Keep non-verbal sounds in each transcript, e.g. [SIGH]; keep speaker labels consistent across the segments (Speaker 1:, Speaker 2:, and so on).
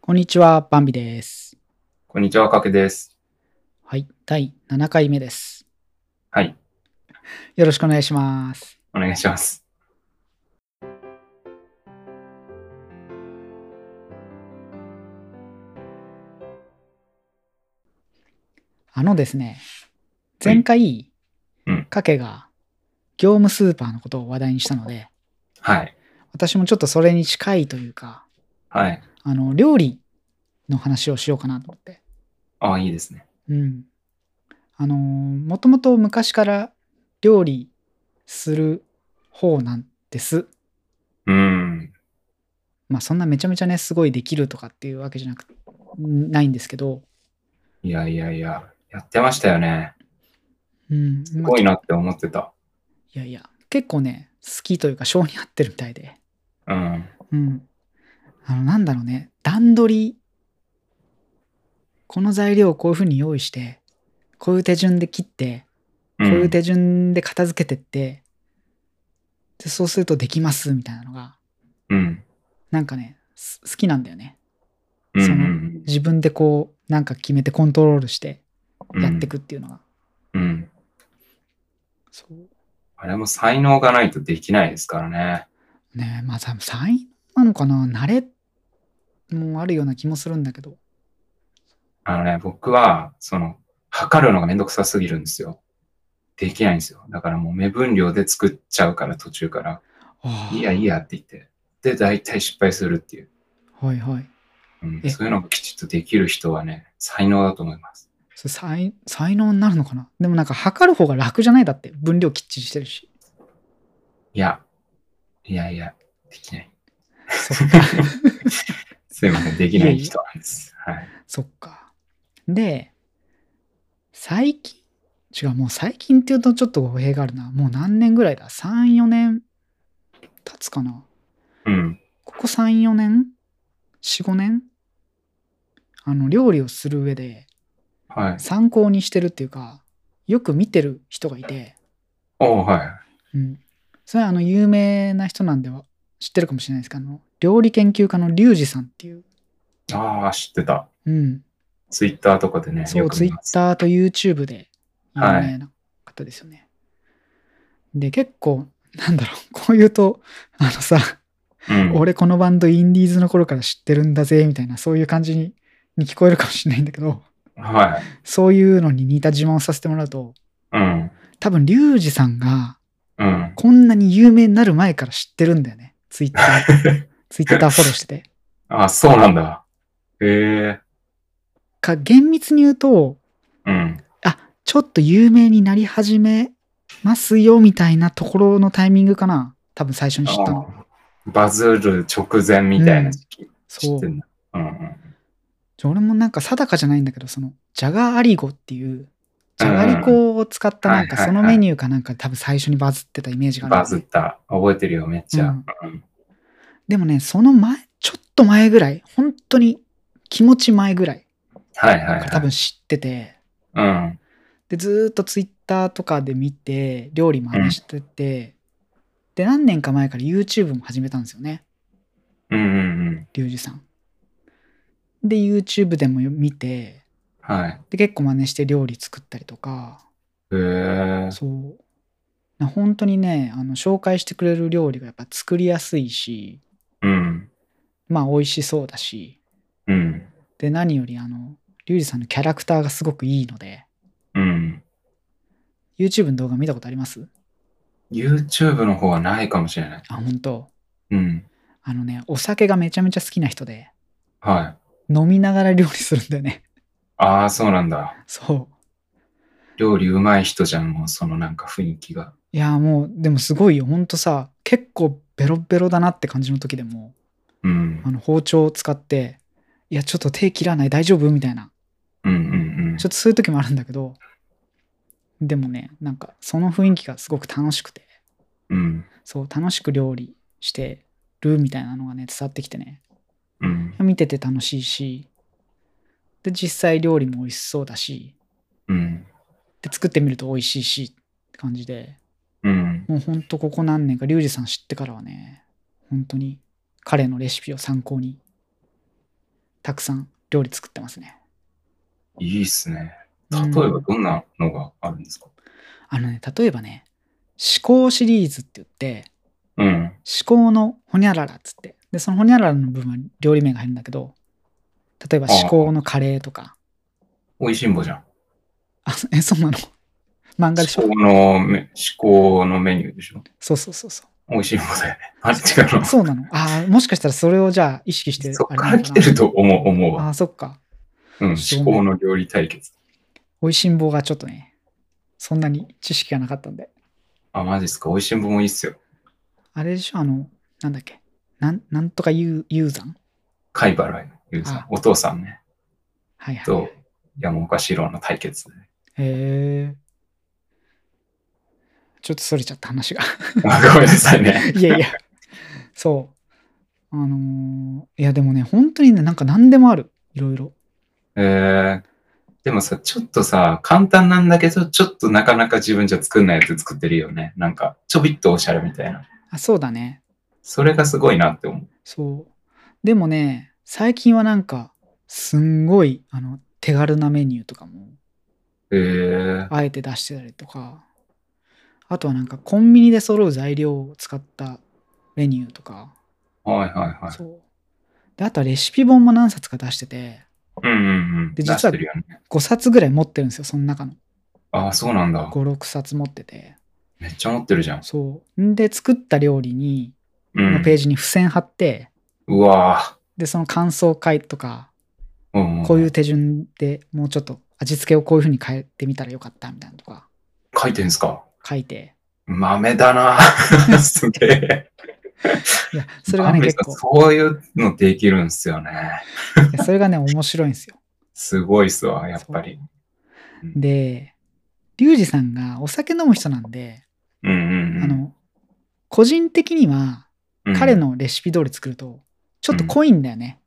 Speaker 1: こんにちは、バンビです。
Speaker 2: こんにちは、かけです。
Speaker 1: はい、第7回目です。
Speaker 2: はい、
Speaker 1: よろしくお願いします。
Speaker 2: お願いします。
Speaker 1: あのですね、
Speaker 2: はい
Speaker 1: 前回
Speaker 2: うん、
Speaker 1: カケが業務スーパーのことを話題にしたので、
Speaker 2: はい、
Speaker 1: 私もちょっとそれに近いというか、
Speaker 2: はい。
Speaker 1: あの、料理の話をしようかなと思って。
Speaker 2: ああ、いいですね。
Speaker 1: うん。あのー、もともと昔から料理する方なんです。
Speaker 2: うーん、
Speaker 1: まあそんなめちゃめちゃね、すごいできるとかっていうわけじゃなく、ないんですけど、
Speaker 2: いやいやいや、やってましたよね。
Speaker 1: うん。
Speaker 2: すごいなって思ってた。
Speaker 1: いやいや、結構ね、好きというか、性に合ってるみたいで。
Speaker 2: うん、
Speaker 1: うん。あの、なんだろうね、段取り。この材料をこういうふうに用意して、こういう手順で切って、
Speaker 2: う
Speaker 1: こうんいう手順で片付けてって、でそうするとできますみたいなのが、
Speaker 2: うん、
Speaker 1: なんかね、す好きなんだよね。
Speaker 2: うん、
Speaker 1: その
Speaker 2: うん
Speaker 1: 自分でこう、なんか決めてコントロールして
Speaker 2: うん
Speaker 1: やってくっていうのが。
Speaker 2: うん。
Speaker 1: そう。
Speaker 2: あれも才能がないとできないですからね。
Speaker 1: ねまあ、多分才能なのかな慣れもあるような気もするんだけど。
Speaker 2: あのね、僕は、その、測るのがめんどくさすぎるんですよ。できないんですよ。だからもう目分量で作っちゃうから、途中から。
Speaker 1: ああ
Speaker 2: いやいやって言って。で、大体失敗するっていう。
Speaker 1: はいはい。
Speaker 2: うん
Speaker 1: え、
Speaker 2: そういうのがきちっとできる人はね、才能だと思います。
Speaker 1: それ才才能になるのかなでもなんか測る方が楽じゃないだって分量きっちりしてるし。
Speaker 2: いや、いやいや、できない。
Speaker 1: そっか。
Speaker 2: すいません、できない人な
Speaker 1: [LAUGHS]
Speaker 2: んです。はい。
Speaker 1: そっか。で、最近、違う、もう最近っていうとちょっと語弊があるな。もう何年ぐらいだ ?3、4年経つかな
Speaker 2: うん。
Speaker 1: ここ3、4年 ?4、5年あの、料理をする上で
Speaker 2: はい。
Speaker 1: 参考にしてるっていうか、よく見てる人がいて、
Speaker 2: おーはい。
Speaker 1: うん、それはあの有名な人なんでは知ってるかもしれないですけどあの料理研究家のリュウジさんっていう、
Speaker 2: ああ、知ってた。
Speaker 1: うん、
Speaker 2: ツイッターとかでね、
Speaker 1: そうツイッ
Speaker 2: ー。
Speaker 1: ターと YouTube で有
Speaker 2: はい
Speaker 1: 名な方ですよね。で結構なんだろう [LAUGHS] こう言うとあのさ、
Speaker 2: うん、
Speaker 1: 俺このバンドインディーズの頃から知ってるんだぜみたいなそういう感じにに聞こえるかもしれないんだけど
Speaker 2: はい。
Speaker 1: そういうのに似た自慢をさせてもらうと
Speaker 2: うん。
Speaker 1: 多分リュウジさんが
Speaker 2: うん。
Speaker 1: こんなに有名になる前から知ってるんだよねツイッター
Speaker 2: [LAUGHS]
Speaker 1: ツイッターフォローしてて。
Speaker 2: あそうなんだ。へえ。
Speaker 1: か厳密に言うと
Speaker 2: うん。
Speaker 1: あちょっと有名になり始めますよみたいなところのタイミングかな多分最初に知ったの
Speaker 2: あーバズる直前みたいな時期、知
Speaker 1: そ
Speaker 2: っ
Speaker 1: う
Speaker 2: てんだ。うんうん。
Speaker 1: じゃあ俺もなんか定かじゃないんだけどそのジャガーアリゴっていうジャガリコを使ったなんか
Speaker 2: うんはい
Speaker 1: そ
Speaker 2: はいは
Speaker 1: の
Speaker 2: い
Speaker 1: メニューかなんかで多分最初にバズってたイメージがある
Speaker 2: バズった。覚えてるよ、めっちゃ。
Speaker 1: うん
Speaker 2: うん
Speaker 1: でもねその前ちょっと前ぐらい本当に気持ち前ぐらい
Speaker 2: はいはい、はい。
Speaker 1: 多分知ってて
Speaker 2: うん。
Speaker 1: でずーっとツイッターとかで見て料理も話してて、で何年か前から YouTube も始めたんですよね
Speaker 2: うんうんうん。
Speaker 1: リュウジさん。で YouTube でも見て
Speaker 2: はい。
Speaker 1: で結構真似して料理作ったりとか
Speaker 2: へえ。
Speaker 1: そうな本当にねあの紹介してくれる料理がやっぱ作りやすいし
Speaker 2: うん。
Speaker 1: まあ美味しそうだし
Speaker 2: うん。
Speaker 1: で何よりあのリュウジさんのキャラクターがすごくいいので
Speaker 2: うん。
Speaker 1: YouTube の動画見たことあります
Speaker 2: YouTube の方はないかもしれない。
Speaker 1: あ本当
Speaker 2: うん。
Speaker 1: あのねお酒がめちゃめちゃ好きな人で
Speaker 2: はい。
Speaker 1: 飲みながら料理するんだよね [LAUGHS]
Speaker 2: ああ、そうなんだ。
Speaker 1: そう
Speaker 2: 料理うまい人じゃん、もうそのなんか雰囲気が。
Speaker 1: いやもうでもすごいよほんとさ結構ベロベロだなって感じの時でも
Speaker 2: うん。
Speaker 1: あの包丁を使って「いやちょっと手切らない大丈夫?」みたいな
Speaker 2: うんうんうん。
Speaker 1: ちょっとそういう時もあるんだけどでもねなんかその雰囲気がすごく楽しくて
Speaker 2: うん。
Speaker 1: そう楽しく料理してるみたいなのがね伝わってきてね
Speaker 2: うん。
Speaker 1: 見てて楽しいしで実際料理も美味しそうだし
Speaker 2: うん。
Speaker 1: で作ってみると美味しいしって感じで
Speaker 2: うん。
Speaker 1: もうほんとここ何年かリュウジさん知ってからはね本当に彼のレシピを参考にたくさん料理作ってますね。
Speaker 2: いいっすね。例
Speaker 1: うん
Speaker 2: えばどんなのがあるんですか
Speaker 1: あのね、例えばね、思考シリーズって言って、
Speaker 2: うん。
Speaker 1: 思考のほにゃららっつって、で、そのほにゃららの部分は料理名が入るんだけど、例えば
Speaker 2: ああ
Speaker 1: 思考のカレーとか、
Speaker 2: 美味しんぼじゃん。
Speaker 1: あ、そえ、そうなの漫画でしょ
Speaker 2: 思考のメ、思考のメニューでしょ
Speaker 1: そうそうそうそ
Speaker 2: 美味しんぼだよね。あれ違う
Speaker 1: う。
Speaker 2: の。
Speaker 1: そうなの。ああ、もしかしたらそれをじゃあ意識して
Speaker 2: そっ
Speaker 1: あれ
Speaker 2: か
Speaker 1: な
Speaker 2: ら
Speaker 1: の
Speaker 2: 来てると思う、思う
Speaker 1: あ
Speaker 2: わ。
Speaker 1: あ、そっか。
Speaker 2: うん、
Speaker 1: そう
Speaker 2: 思考の料理対決。
Speaker 1: 美味しん坊がちょっとね、そんなに知識がなかったんで。
Speaker 2: あ、マジっすか。美味しんぼもいいっすよ。
Speaker 1: あれでしょ、あの、なんだっけ、なんなんとかユーユーザン
Speaker 2: 貝原ゆうさん
Speaker 1: あ。
Speaker 2: お父さんね。
Speaker 1: はいはい。
Speaker 2: と、山岡四郎の対決ね。
Speaker 1: へえ。ちょっとそれちゃった話が。 [LAUGHS]
Speaker 2: あごめんなさいね。
Speaker 1: いやいや、そう。あのーいやでもね、本当にね、なんか何でもある。いろいろ。
Speaker 2: えー、でもさ、ちょっとさ、簡単なんだけど、ちょっとなかなか自分じゃ作んないやつ作ってるよね。なんか、ちょびっとおしゃれみたいな。
Speaker 1: あ、そうだね。
Speaker 2: それがすごいなって思う。
Speaker 1: そう。でもね、最近はなんか、すんごい、あの、手軽なメニューとかも
Speaker 2: えー、
Speaker 1: あえて出してたりとかあとはなんかコンビニで揃う材料を使ったメニューとか、
Speaker 2: はいはいはい。
Speaker 1: そうであとはレシピ本も何冊か出してて
Speaker 2: うんうんうん。
Speaker 1: で実
Speaker 2: 出
Speaker 1: は
Speaker 2: してるよね。
Speaker 1: 5冊ぐらい持ってるんですよその中の
Speaker 2: ああ、そうなんだ。
Speaker 1: 56冊持ってて
Speaker 2: めっちゃ持ってるじゃん。
Speaker 1: そうんで作った料理に、
Speaker 2: う
Speaker 1: の
Speaker 2: ん。
Speaker 1: ページに付箋貼って
Speaker 2: うわ
Speaker 1: でその感想会とか
Speaker 2: ぁ。うんん
Speaker 1: こういう手順でもうちょっと味付けをこういう風に変えてみたらよかったみたいなのとか
Speaker 2: 書いてんすか
Speaker 1: 書いて
Speaker 2: 豆だな
Speaker 1: [LAUGHS]
Speaker 2: ぁすげえ。
Speaker 1: いやそれがね
Speaker 2: 豆
Speaker 1: 結
Speaker 2: さん
Speaker 1: 構
Speaker 2: そういうのできるんすよね。
Speaker 1: いやそれがね面白いんですよ
Speaker 2: すごいっすわ、やっぱり。
Speaker 1: そう。で、リュウジさんがお酒飲む人なんで、
Speaker 2: うんうんうん。
Speaker 1: あの、個人的には
Speaker 2: うん
Speaker 1: 彼のレシピ通り作ると、ちょっと濃いんだよね。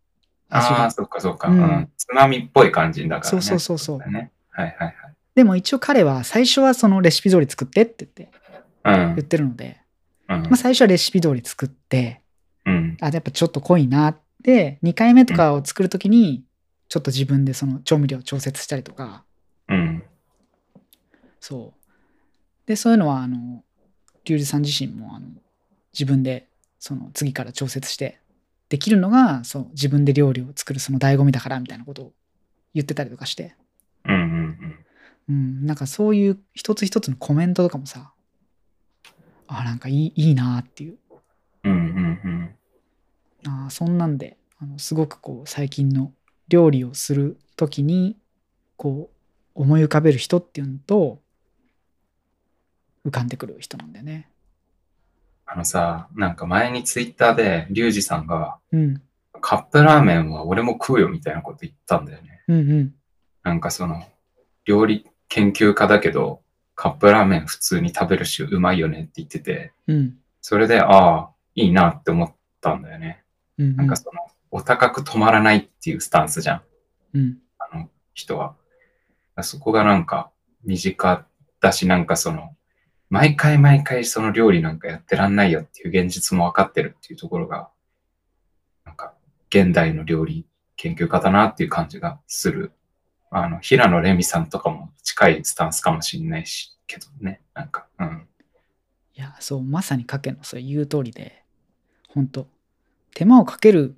Speaker 1: 味
Speaker 2: ああ、
Speaker 1: が。
Speaker 2: そっかそっか、
Speaker 1: う
Speaker 2: うんん。つまみっぽい感じだから
Speaker 1: そう
Speaker 2: ね。
Speaker 1: そうそうそう
Speaker 2: だ。ね。はいはい
Speaker 1: でも一応彼は最初はそのレシピ通り作ってって言って、
Speaker 2: はい。
Speaker 1: 言ってるので、
Speaker 2: うん。うん
Speaker 1: まあ最初はレシピ通り作って、
Speaker 2: うん。
Speaker 1: あ、やっぱちょっと濃いなって、2回目とかを作るときに、ちょっと自分でその調味料調節したりとか、
Speaker 2: うん。
Speaker 1: そう。で、そういうのは、あの、リュウジさん自身も、あの、自分で、その、次から調節して、できるのが、そう、自分で料理を作る、その、醍醐味だから、みたいなことを言ってたりとかして、
Speaker 2: うんうんうん。
Speaker 1: うん、なんかそういう一つ一つのコメントとかもさ、あ、なんかいい、いいなっていう、
Speaker 2: うんうんうん。
Speaker 1: あーそんなんで、あのすごくこう、最近の料理をするときに、こう、思い浮かべる人っていうのと、浮かんでくる人なんだよね。
Speaker 2: あのさ、なんか前にツイッターで、リュウジさんが、
Speaker 1: うん。
Speaker 2: カップラーメンは俺も食うよみたいなこと言ったんだよね。
Speaker 1: うんうん。
Speaker 2: なんかその、料理研究家だけど、カップラーメン普通に食べるし、うまいよねって言ってて、
Speaker 1: うん。
Speaker 2: それで、ああ、いいなって思ったんだよね。
Speaker 1: うん。
Speaker 2: なんかその、お高く止まらないっていうスタンスじゃん。
Speaker 1: うん。
Speaker 2: あの人は。そこがなんか身近だし、なんかその、毎回毎回その料理なんかやってらんないよっていう現実も分かってるっていうところが、なんか現代の料理研究家だなっていう感じがする。あの、平野レミさんとかも近いスタンスかもしれないし、けどね、なんか、うん。
Speaker 1: いや、そう、まさにかけの、それ言う通りで、本当手間をかける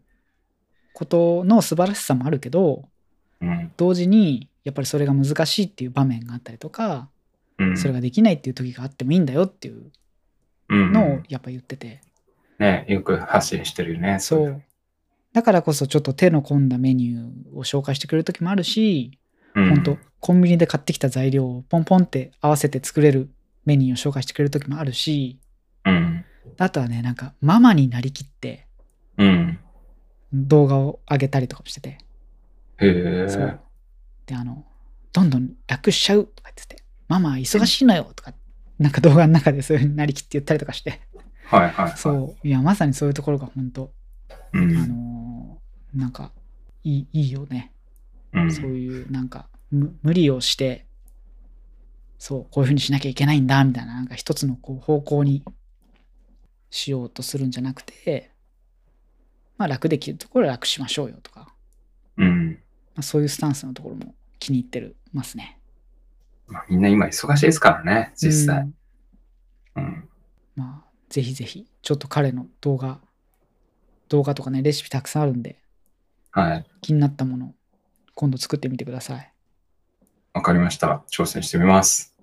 Speaker 1: ことの素晴らしさもあるけど、
Speaker 2: うん。
Speaker 1: 同時に、やっぱりそれが難しいっていう場面があったりとか、
Speaker 2: うん。
Speaker 1: それができないっていう時があってもいいんだよっていう
Speaker 2: うん
Speaker 1: のをやっぱ言ってて、
Speaker 2: ね、よく発信してるよね。
Speaker 1: そ
Speaker 2: いの
Speaker 1: う。だからこそちょっと手の込んだメニューを紹介してくれる時もあるし、
Speaker 2: うん、
Speaker 1: 本当コンビニで買ってきた材料をポンポンって合わせて作れるメニューを紹介してくれる時もあるし、
Speaker 2: うん。
Speaker 1: あとはね、なんか、ママになりきって
Speaker 2: うん。
Speaker 1: 動画を上げたりとかもしてて、
Speaker 2: へえ。
Speaker 1: そう。で、あの、どんどん楽しちゃうとか言ってて、ママは忙しいのよとか、なんか動画の中でそういうふうになりきって言ったりとかして、
Speaker 2: はいはいはい。
Speaker 1: そう、いや、まさにそういうところが本当、
Speaker 2: う
Speaker 1: あ
Speaker 2: ん。
Speaker 1: のーなんか、いいいいよね。
Speaker 2: うん
Speaker 1: そういう、なんか、む無理をして、そう、こういうふうにしなきゃいけないんだ、みたいな、なんか一つのこう方向にしようとするんじゃなくて、まあ楽できるところは楽しましょうよとか、
Speaker 2: うん。
Speaker 1: まあ、そういうスタンスのところも気に入ってるますね。
Speaker 2: まあ、みんな今忙しいですからね、実
Speaker 1: う
Speaker 2: 際。
Speaker 1: ん
Speaker 2: うん。
Speaker 1: まあ、ぜひぜひ、ちょっと彼の動画、動画とかね、レシピたくさんあるんで、
Speaker 2: はい。
Speaker 1: 気になったもの、今度作ってみてください。
Speaker 2: わかりました。挑戦してみます。